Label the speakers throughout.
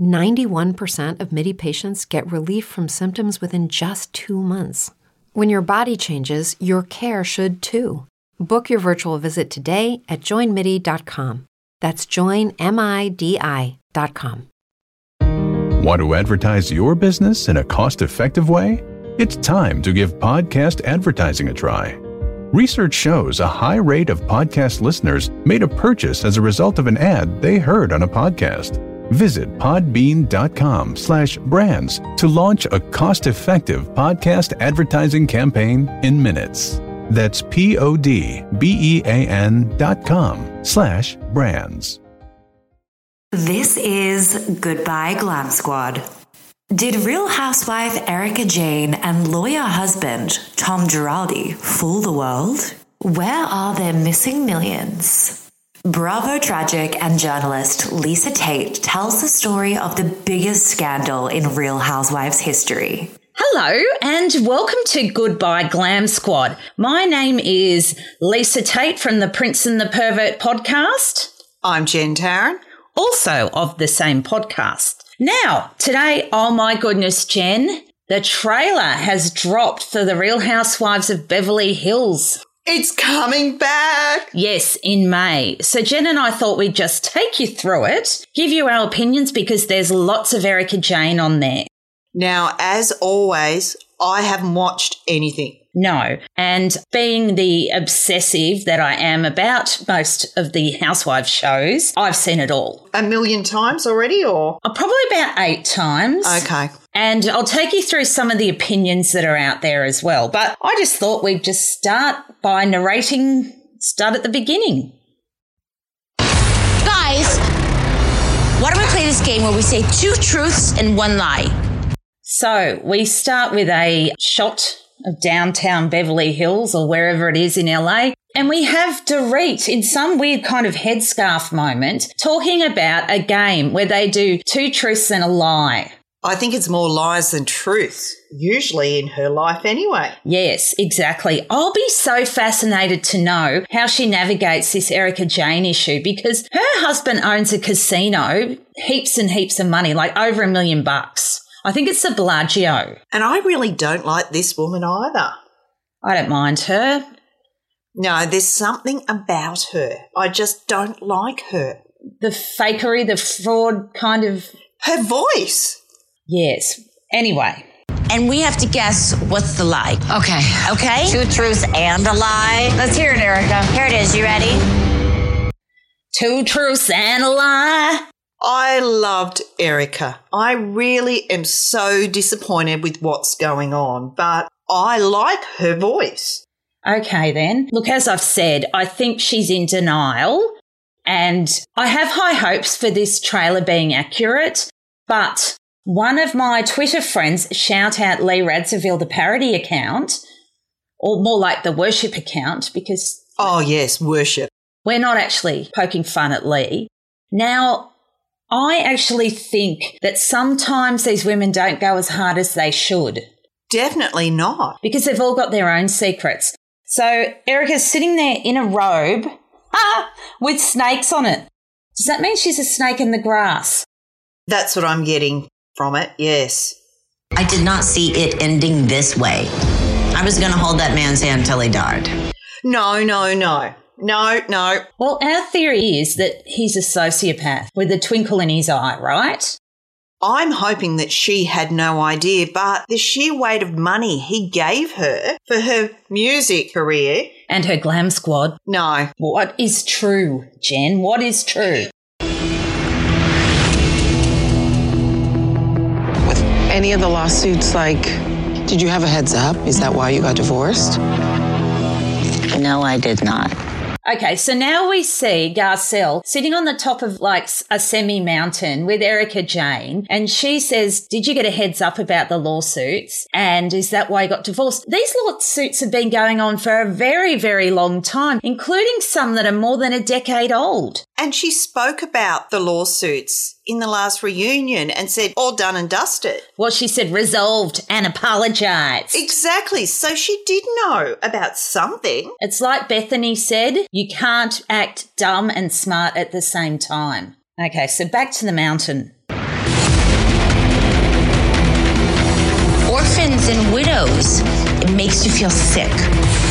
Speaker 1: 91% of MIDI patients get relief from symptoms within just two months. When your body changes, your care should too. Book your virtual visit today at joinmidi.com. That's joinmidi.com.
Speaker 2: Want to advertise your business in a cost effective way? It's time to give podcast advertising a try. Research shows a high rate of podcast listeners made a purchase as a result of an ad they heard on a podcast visit podbean.com slash brands to launch a cost-effective podcast advertising campaign in minutes that's p-o-d-b-e-a-n E dot com slash brands
Speaker 3: this is goodbye glam squad did real housewife erica jane and lawyer husband tom giraldi fool the world where are their missing millions Bravo tragic and journalist Lisa Tate tells the story of the biggest scandal in Real Housewives history.
Speaker 4: Hello and welcome to Goodbye Glam Squad. My name is Lisa Tate from the Prince and the Pervert podcast.
Speaker 5: I'm Jen Tarrant,
Speaker 4: also of the same podcast. Now, today, oh my goodness, Jen, the trailer has dropped for the Real Housewives of Beverly Hills.
Speaker 5: It's coming back.
Speaker 4: Yes, in May. So Jen and I thought we'd just take you through it, give you our opinions because there's lots of Erica Jane on there.
Speaker 5: Now, as always, I haven't watched anything.
Speaker 4: No. And being the obsessive that I am about most of the housewife shows, I've seen it all.
Speaker 5: A million times already, or?
Speaker 4: Uh, Probably about eight times.
Speaker 5: Okay.
Speaker 4: And I'll take you through some of the opinions that are out there as well. But I just thought we'd just start by narrating, start at the beginning.
Speaker 6: Guys, why don't we play this game where we say two truths and one lie?
Speaker 4: So we start with a shot of downtown Beverly Hills or wherever it is in LA. And we have Dorit in some weird kind of headscarf moment talking about a game where they do two truths and a lie.
Speaker 5: I think it's more lies than truth, usually in her life anyway.
Speaker 4: Yes, exactly. I'll be so fascinated to know how she navigates this Erica Jane issue because her husband owns a casino, heaps and heaps of money, like over a million bucks. I think it's the Bellagio.
Speaker 5: And I really don't like this woman either.
Speaker 4: I don't mind her.
Speaker 5: No, there's something about her. I just don't like her.
Speaker 4: The fakery, the fraud kind of.
Speaker 5: Her voice.
Speaker 4: Yes. Anyway,
Speaker 6: And we have to guess what's the lie.
Speaker 7: Okay.
Speaker 6: Okay?
Speaker 7: Two truths and a lie. Let's hear it, Erica.
Speaker 6: Here it is. You ready?
Speaker 4: two truths and a lie.
Speaker 5: I loved Erica. I really am so disappointed with what's going on, but I like her voice.
Speaker 4: Okay, then. Look, as I've said, I think she's in denial. And I have high hopes for this trailer being accurate. But one of my Twitter friends, shout out Lee Radzivill, the parody account, or more like the worship account, because
Speaker 5: Oh, yes, worship.
Speaker 4: we're not actually poking fun at Lee. Now, I actually think that sometimes these women don't go as hard as they should
Speaker 5: Definitely not.
Speaker 4: because they've all got their own secrets. So Erica's sitting there in a robe ah, with snakes on it. Does that mean she's a snake in the grass?
Speaker 5: That's what I'm getting from it, yes.
Speaker 7: I did not see it ending this way. I was going to hold that man's hand till he died.
Speaker 5: No, no, no. No, no.
Speaker 4: Well, our theory is that he's a sociopath with a twinkle in his eye, right?
Speaker 5: I'm hoping that she had no idea, but the sheer weight of money he gave her for her music career,
Speaker 4: And her glam squad.
Speaker 5: no.
Speaker 4: What is true, Jen? What is true?
Speaker 8: With any of the lawsuits, like, did you have a heads up? Is that why you got divorced?
Speaker 7: No, I did not.
Speaker 4: Okay, so now we see Garcelle sitting on the top of like s- a semi mountain with Erica Jane, and she says, Did you get a heads up about the lawsuits? And is that why you got divorced? These lawsuits have been going on for a very, very long time, including some that are more than a decade old.
Speaker 5: And she spoke about the lawsuits in the last reunion and said, all done and dusted.
Speaker 4: Well, she said, resolved and apologized.
Speaker 5: Exactly. So she did know about something.
Speaker 4: It's like Bethany said, you can't act dumb and smart at the same time. Okay, so back to the mountain.
Speaker 6: Orphans and widows.
Speaker 7: It makes you feel sick.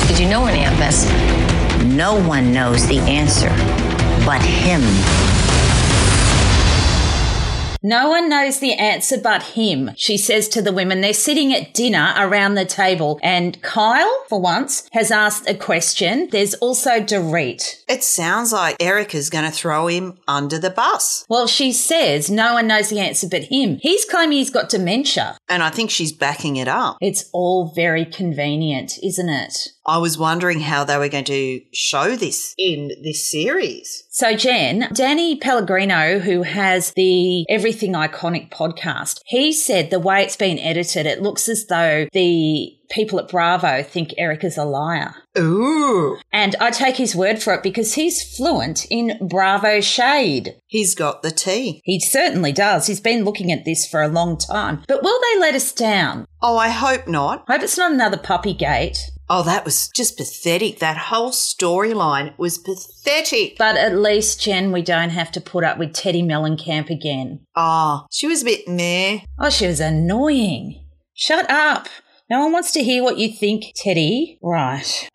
Speaker 6: Did you know any of this?
Speaker 7: No one knows the answer but him.
Speaker 4: No one knows the answer but him, she says to the women. They're sitting at dinner around the table, and Kyle, for once, has asked a question. There's also Dorit.
Speaker 5: It sounds like Erica's going to throw him under the bus.
Speaker 4: Well, she says no one knows the answer but him. He's claiming he's got dementia.
Speaker 5: And I think she's backing it up.
Speaker 4: It's all very convenient, isn't it?
Speaker 5: I was wondering how they were going to show this in this series.
Speaker 4: So, Jen, Danny Pellegrino, who has the Everything Iconic podcast, he said the way it's been edited, it looks as though the people at Bravo think Erica's a liar.
Speaker 5: Ooh.
Speaker 4: And I take his word for it because he's fluent in Bravo shade.
Speaker 5: He's got the tea.
Speaker 4: He certainly does. He's been looking at this for a long time. But will they let us down?
Speaker 5: Oh, I hope not.
Speaker 4: Hope it's not another puppy gate.
Speaker 5: Oh, that was just pathetic. That whole storyline was pathetic.
Speaker 4: But at least, Jen, we don't have to put up with Teddy Mellencamp again.
Speaker 5: Ah, she was a bit meh.
Speaker 4: Oh, she was annoying. Shut up. No one wants to hear what you think, Teddy. Right.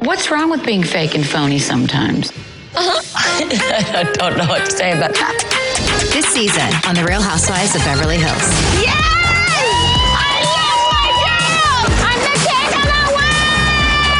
Speaker 9: What's wrong with being fake and phony sometimes? I don't know what to say about that.
Speaker 10: This season on The Real Housewives of Beverly Hills.
Speaker 6: Yes! I love my job! I'm the king of the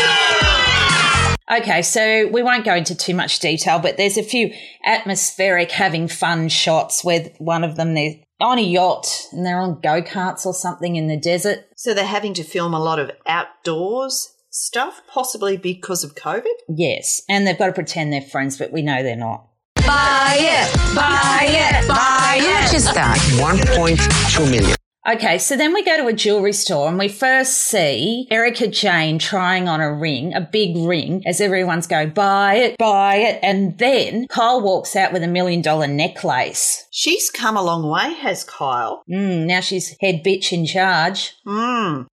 Speaker 6: world!
Speaker 4: Okay, so we won't go into too much detail, but there's a few atmospheric having fun shots with one of them they're on a yacht and they're on go karts or something in the desert.
Speaker 5: So they're having to film a lot of outdoors stuff, possibly because of COVID.
Speaker 4: Yes, and they've got to pretend they're friends, but we know they're not.
Speaker 10: Buy it, buy it, buy
Speaker 7: How much is that?
Speaker 8: 1.2 million.
Speaker 4: Okay, so then we go to a jewelry store and we first see Erica Jane trying on a ring, a big ring, as everyone's going, buy it, buy it. And then Kyle walks out with a million dollar necklace.
Speaker 5: She's come a long way, has Kyle.
Speaker 4: Mm, now she's head bitch in charge.
Speaker 5: Mmm.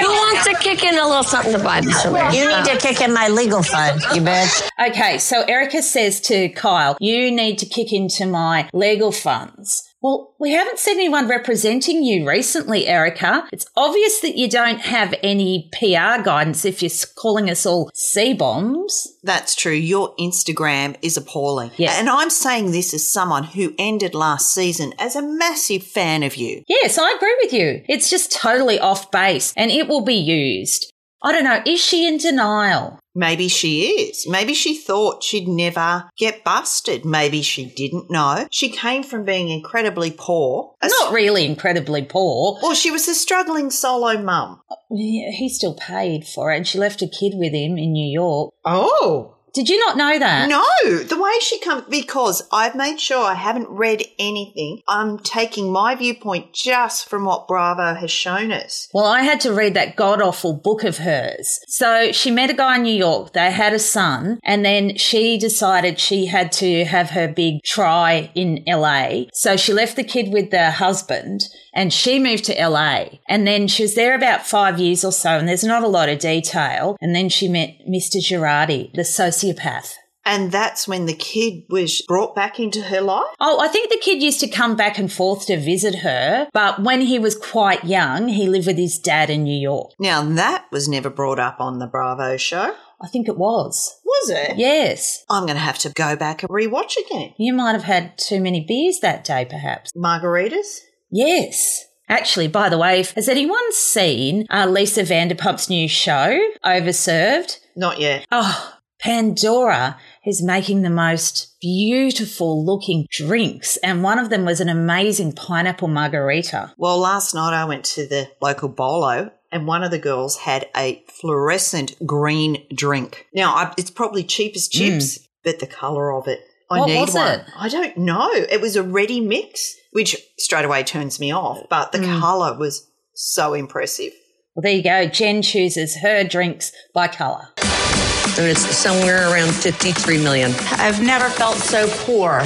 Speaker 6: Who wants to kick in a little something to buy this for me?
Speaker 7: You need to kick in my legal fund, you bitch.
Speaker 4: Okay, so Erica says to Kyle, you need to kick into my legal funds. Well, we haven't seen anyone representing you recently, Erica. It's obvious that you don't have any PR guidance if you're calling us all C bombs.
Speaker 5: That's true. Your Instagram is appalling.
Speaker 4: Yes.
Speaker 5: And I'm saying this as someone who ended last season as a massive fan of you.
Speaker 4: Yes, I agree with you. It's just totally off base and it will be used. I don't know, is she in denial?
Speaker 5: Maybe she is. Maybe she thought she'd never get busted. Maybe she didn't know. She came from being incredibly poor. A
Speaker 4: Not really incredibly poor.
Speaker 5: Well, she was a struggling solo mum.
Speaker 4: Yeah, He still paid for it and she left a kid with him in New York.
Speaker 5: Oh.
Speaker 4: Did you not know that?
Speaker 5: No, the way she comes, because I've made sure I haven't read anything. I'm taking my viewpoint just from what Bravo has shown us.
Speaker 4: Well, I had to read that god awful book of hers. So she met a guy in New York, they had a son, and then she decided she had to have her big try in LA. So she left the kid with the husband and she moved to LA. And then she was there about five years or so, and there's not a lot of detail. And then she met Mr. Girardi, the sociopath.
Speaker 5: And that's when the kid was brought back into her life.
Speaker 4: Oh, I think the kid used to come back and forth to visit her, but when he was quite young, he lived with his dad in New York.
Speaker 5: Now, that was never brought up on the Bravo show.
Speaker 4: I think it was.
Speaker 5: Was it?
Speaker 4: Yes.
Speaker 5: I'm going to have to go back and rewatch again.
Speaker 4: You might have had too many beers that day, perhaps.
Speaker 5: Margaritas?
Speaker 4: Yes. Actually, by the way, has anyone seen uh, Lisa Vanderpump's new show, Overserved?
Speaker 5: Not yet.
Speaker 4: Oh, Pandora is making the most beautiful looking drinks, and one of them was an amazing pineapple margarita.
Speaker 5: Well, last night I went to the local bolo and one of the girls had a fluorescent green drink. Now, I, it's probably cheap as chips, but the colour of it. I
Speaker 4: Mm. What
Speaker 5: need
Speaker 4: was
Speaker 5: one.
Speaker 4: it?
Speaker 5: I don't know. It was a ready mix, which straight away turns me off, but the
Speaker 4: Mm.
Speaker 5: colour was so impressive.
Speaker 4: Well, there you go. Jen chooses her drinks by colour.
Speaker 7: And it's somewhere around 53 million.
Speaker 6: I've never felt so poor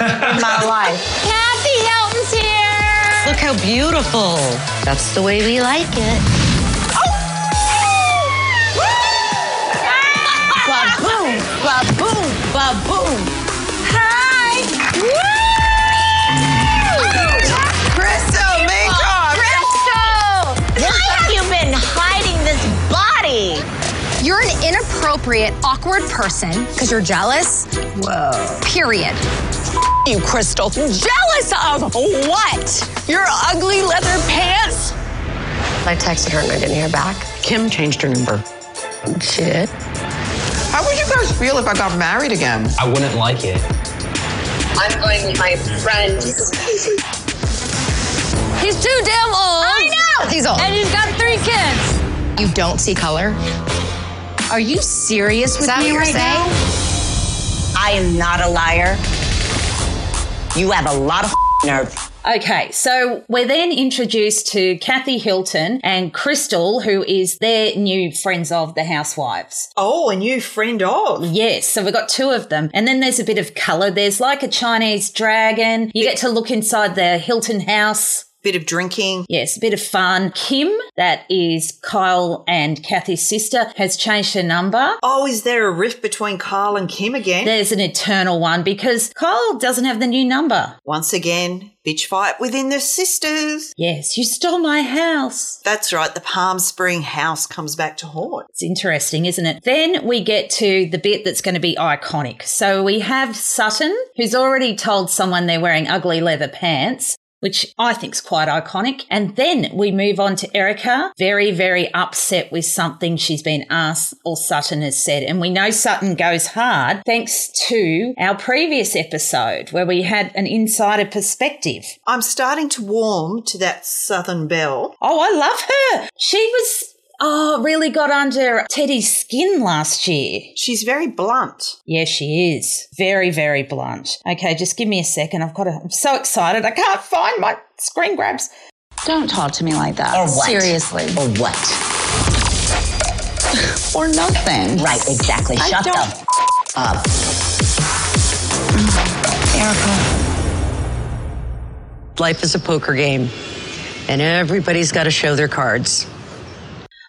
Speaker 6: in my life. Kathy Hilton's here.
Speaker 7: Look how beautiful. That's the way we like it.
Speaker 6: Ba-boom, ba-boom, ba-boom. Hi. Crystal, Minkoff. Crystal. Why have you been hiding this body?
Speaker 10: You're an inappropriate, awkward person because you're jealous. Whoa. Period.
Speaker 6: You, Crystal. Jealous of what? Your ugly leather pants?
Speaker 10: I texted her and I didn't hear back.
Speaker 7: Kim changed her number.
Speaker 10: Shit.
Speaker 8: How would you guys feel if I got married again?
Speaker 11: I wouldn't like it.
Speaker 6: I'm going with my friends. He's too damn old. I know.
Speaker 10: He's old.
Speaker 6: And he's got three kids.
Speaker 10: You don't see color? Are you serious with
Speaker 6: that
Speaker 10: me
Speaker 6: what you're
Speaker 10: right
Speaker 6: saying?
Speaker 10: now?
Speaker 7: I am not a liar. You have a lot of nerve.
Speaker 4: Okay, so we're then introduced to Kathy Hilton and Crystal, who is their new friends of the housewives.
Speaker 5: Oh, a new friend of.
Speaker 4: Yes, so we've got two of them. And then there's a bit of colour. There's like a Chinese dragon. You get to look inside the Hilton house.
Speaker 5: Bit of drinking.
Speaker 4: Yes, a bit of fun. Kim, that is Kyle and Kathy's sister, has changed her number.
Speaker 5: Oh, is there a rift between Kyle and Kim again?
Speaker 4: There's an eternal one because Kyle doesn't have the new number.
Speaker 5: Once again, bitch fight within the sisters.
Speaker 4: Yes, you stole my house.
Speaker 5: That's right, the Palm Spring house comes back to haunt.
Speaker 4: It's interesting, isn't it? Then we get to the bit that's going to be iconic. So we have Sutton, who's already told someone they're wearing ugly leather pants. Which I think's quite iconic. And then we move on to Erica, very, very upset with something she's been asked or Sutton has said. And we know Sutton goes hard thanks to our previous episode where we had an insider perspective.
Speaker 5: I'm starting to warm to that Southern Belle.
Speaker 4: Oh, I love her. She was, oh, really got under Teddy's skin last year.
Speaker 5: She's very blunt.
Speaker 4: Yes, she is. Very, very blunt. Okay, just give me a second. I've got to, I'm so excited. I can't find my screen grabs.
Speaker 9: Don't talk to me like that.
Speaker 7: Or what?
Speaker 9: Seriously.
Speaker 7: Or what?
Speaker 9: Or nothing.
Speaker 7: Right, exactly.
Speaker 9: I
Speaker 7: Shut the
Speaker 9: don't-
Speaker 7: f- up.
Speaker 9: Erica.
Speaker 7: Life is a poker game, and everybody's got to show their cards.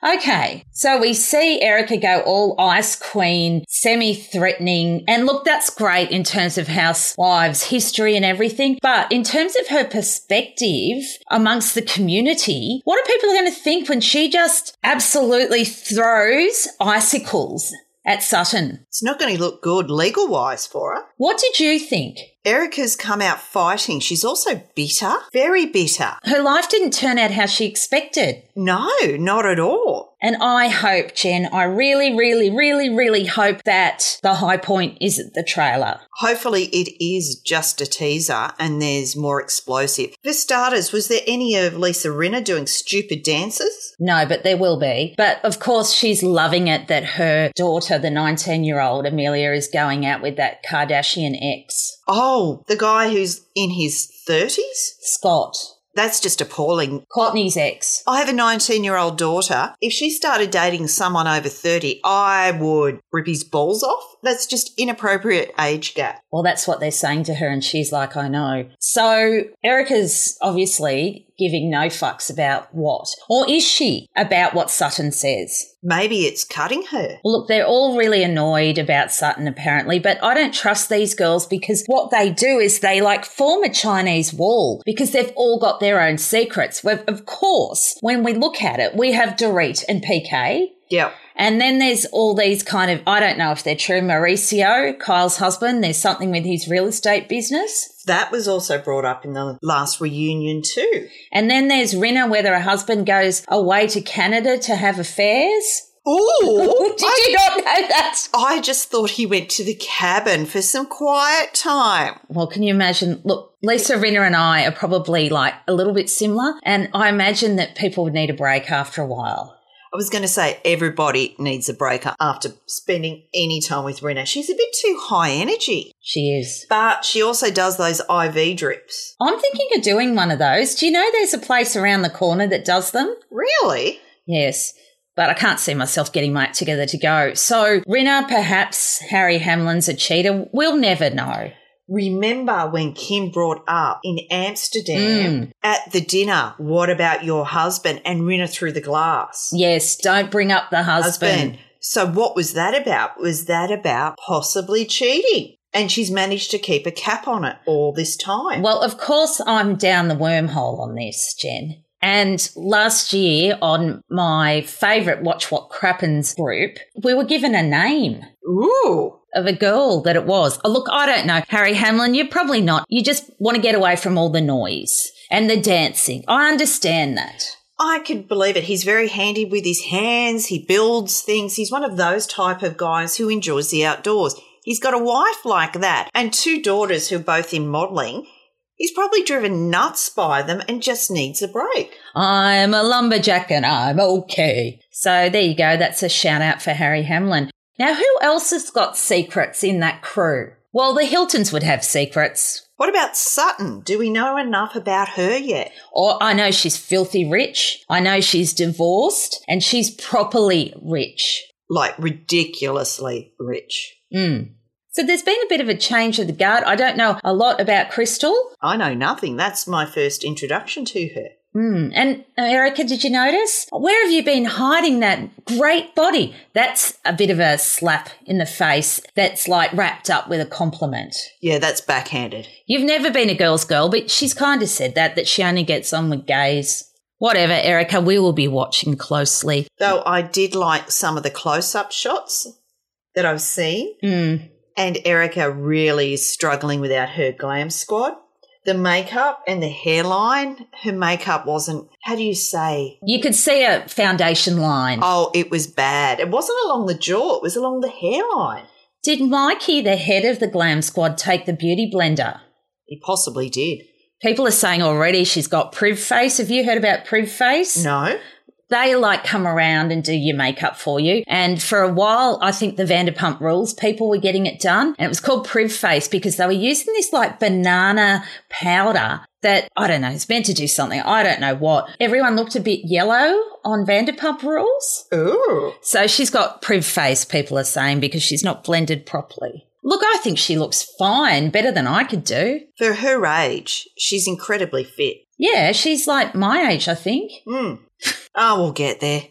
Speaker 4: Okay, so we see Erica go all ice queen, semi threatening. And look, that's great in terms of housewives' history and everything. But in terms of her perspective amongst the community, what are people going to think when she just absolutely throws icicles at Sutton?
Speaker 5: It's not going to look good legal wise for her.
Speaker 4: What did you think?
Speaker 5: Erica's come out fighting. She's also bitter, very bitter.
Speaker 4: Her life didn't turn out how she expected.
Speaker 5: No, not at all.
Speaker 4: And I hope, Jen, I really, really, really, really hope that the high point isn't the trailer.
Speaker 5: Hopefully, it is just a teaser and there's more explosive. For starters, was there any of Lisa Rinna doing stupid dances?
Speaker 4: No, but there will be. But of course, she's loving it that her daughter, the 19 year old Amelia, is going out with that Kardashian ex,
Speaker 5: Oh, the guy who's in his 30s?
Speaker 4: Scott,
Speaker 5: That's just appalling.
Speaker 4: Courtney's ex.
Speaker 5: I have a 19 year old daughter. If she started dating someone over 30, I would rip his balls off. That's just inappropriate age gap.
Speaker 4: Well, that's what they're saying to her, and she's like, I know. So Erica's obviously giving no fucks about what? Or is she about what Sutton says?
Speaker 5: Maybe it's cutting her.
Speaker 4: Look, they're all really annoyed about Sutton apparently, but I don't trust these girls because what they do is they like form a Chinese wall because they've all got their own secrets. We've, of course, when we look at it, we have Dorit and PK.
Speaker 5: Yeah.
Speaker 4: And then there's all these kind of, I don't know if they're true, Mauricio, Kyle's husband, there's something with his real estate business.
Speaker 5: That was also brought up in the last reunion too.
Speaker 4: And then there's Rinna, whether her husband goes away to Canada to have affairs.
Speaker 5: Ooh,
Speaker 4: Did you not know that?
Speaker 5: I just thought he went to the cabin for some quiet time.
Speaker 4: Well, can you imagine? Look, Lisa Rinna and I are probably like a little bit similar, and I imagine that people would need a break after a while.
Speaker 5: I was going to say everybody needs a break after spending any time with Rena. She's a bit too high energy,
Speaker 4: She is.
Speaker 5: but she also does those IV drips.
Speaker 4: I'm thinking of doing one of those. Do you know there's a place around the corner that does them?
Speaker 5: Really?
Speaker 4: Yes. But I can't see myself getting my act together to go. So, Rinna, perhaps Harry Hamlin's a cheater. We'll never know.
Speaker 5: Remember when Kim brought up in
Speaker 4: Mm.
Speaker 5: Amsterdam at the dinner, what about your husband? And Rena through the glass.
Speaker 4: Yes, don't bring up the husband.
Speaker 5: husband. So what was that about? Was that about possibly cheating? And she's managed to keep a cap on it all this time.
Speaker 4: Well, of course, I'm down the wormhole on this, Jen. And last year on my favourite Watch What Crappens group, we were given a name
Speaker 5: Ooh.
Speaker 4: of a girl that it was. Oh, look, I don't know. Harry Hamlin, you're probably not. You just want to get away from all the noise and the dancing. I understand that.
Speaker 5: I could believe it. He's very handy with his hands. He builds things. He's one of those type of guys who enjoys the outdoors. He's got a wife like that and two daughters who are both in modelling. He's probably driven nuts by them and just needs a break.
Speaker 4: I'm a lumberjack and I'm okay. So there you go. That's a shout out for Harry Hamlin. Now, who else has got secrets in that crew? Well, the Hiltons would have secrets.
Speaker 5: What about Sutton? Do we know enough about her yet?
Speaker 4: Or I know she's filthy rich. I know she's divorced and she's properly rich.
Speaker 5: Like ridiculously rich.
Speaker 4: Mm. So there's been a bit of a change of the guard. I don't know a lot about Crystal.
Speaker 5: I know nothing. That's my first introduction to her.
Speaker 4: Mm. And uh, Erica, did you notice? Where have you been hiding that great body? That's a bit of a slap in the face that's like wrapped up with a compliment.
Speaker 5: Yeah, that's backhanded.
Speaker 4: You've never been a girl's girl, but she's kind of said that, that she only gets on with gays. Whatever, Erica, we will be watching closely.
Speaker 5: Though I did like some of the close up shots that I've seen.
Speaker 4: Mm.
Speaker 5: and Erica really is struggling without her glam squad. The makeup and the hairline, her makeup wasn't, how do you say?
Speaker 4: You could see a foundation line.
Speaker 5: Oh, it was bad. It wasn't along the jaw, it was along the hairline.
Speaker 4: Did Mikey, the head of the glam squad, take the beauty blender?
Speaker 5: He possibly did.
Speaker 4: People are saying already she's got priv face. Have you heard about priv face?
Speaker 5: No?
Speaker 4: They like come around and do your makeup for you. And for a while, I think the Vanderpump Rules people were getting it done. And it was called priv face because they were using this like banana powder that, I don't know, it's meant to do something. I don't know what. Everyone looked a bit yellow on Vanderpump Rules.
Speaker 5: Ooh.
Speaker 4: So she's got priv face, people are saying, because she's not blended properly. Look, I think she looks fine, better than I could do.
Speaker 5: For her age, she's incredibly fit.
Speaker 4: Yeah, she's like my age, I think.
Speaker 5: Mm. Oh, we'll get there.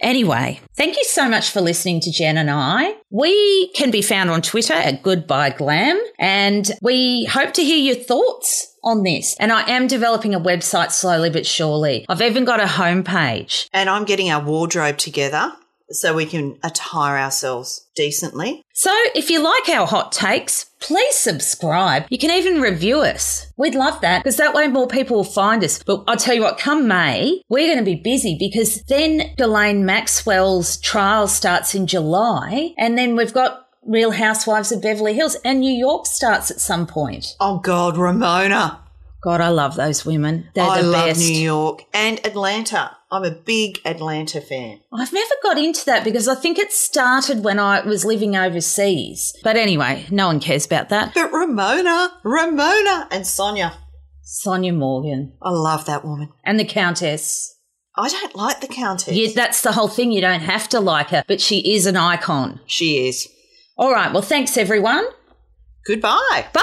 Speaker 4: Anyway, thank you so much for listening to Jen and I. We can be found on Twitter at Goodbye Glam, and we hope to hear your thoughts on this. And I am developing a website slowly but surely. I've even got a homepage.
Speaker 5: And I'm getting our wardrobe together so we can attire ourselves decently.
Speaker 4: So if you like our hot takes, please subscribe. You can even review us. We'd love that because that way more people will find us. But I'll tell you what, come May, we're going to be busy because then Ghislaine Maxwell's trial starts in July and then we've got Real Housewives of Beverly Hills and New York starts at some point.
Speaker 5: Oh, God, Ramona.
Speaker 4: God, I love those women. They're
Speaker 5: I
Speaker 4: the
Speaker 5: love
Speaker 4: best.
Speaker 5: New York and Atlanta. I'm a big Atlanta fan.
Speaker 4: I've never got into that because I think it started when I was living overseas. But anyway, no one cares about that.
Speaker 5: But Ramona, Ramona, and Sonia.
Speaker 4: Sonia Morgan.
Speaker 5: I love that woman.
Speaker 4: and the Countess.
Speaker 5: I don't like the Countess.
Speaker 4: Yeah, that's the whole thing. You don't have to like her, but she is an icon.
Speaker 5: She is.
Speaker 4: All right. Well, thanks, everyone.
Speaker 5: Goodbye.
Speaker 4: Bye.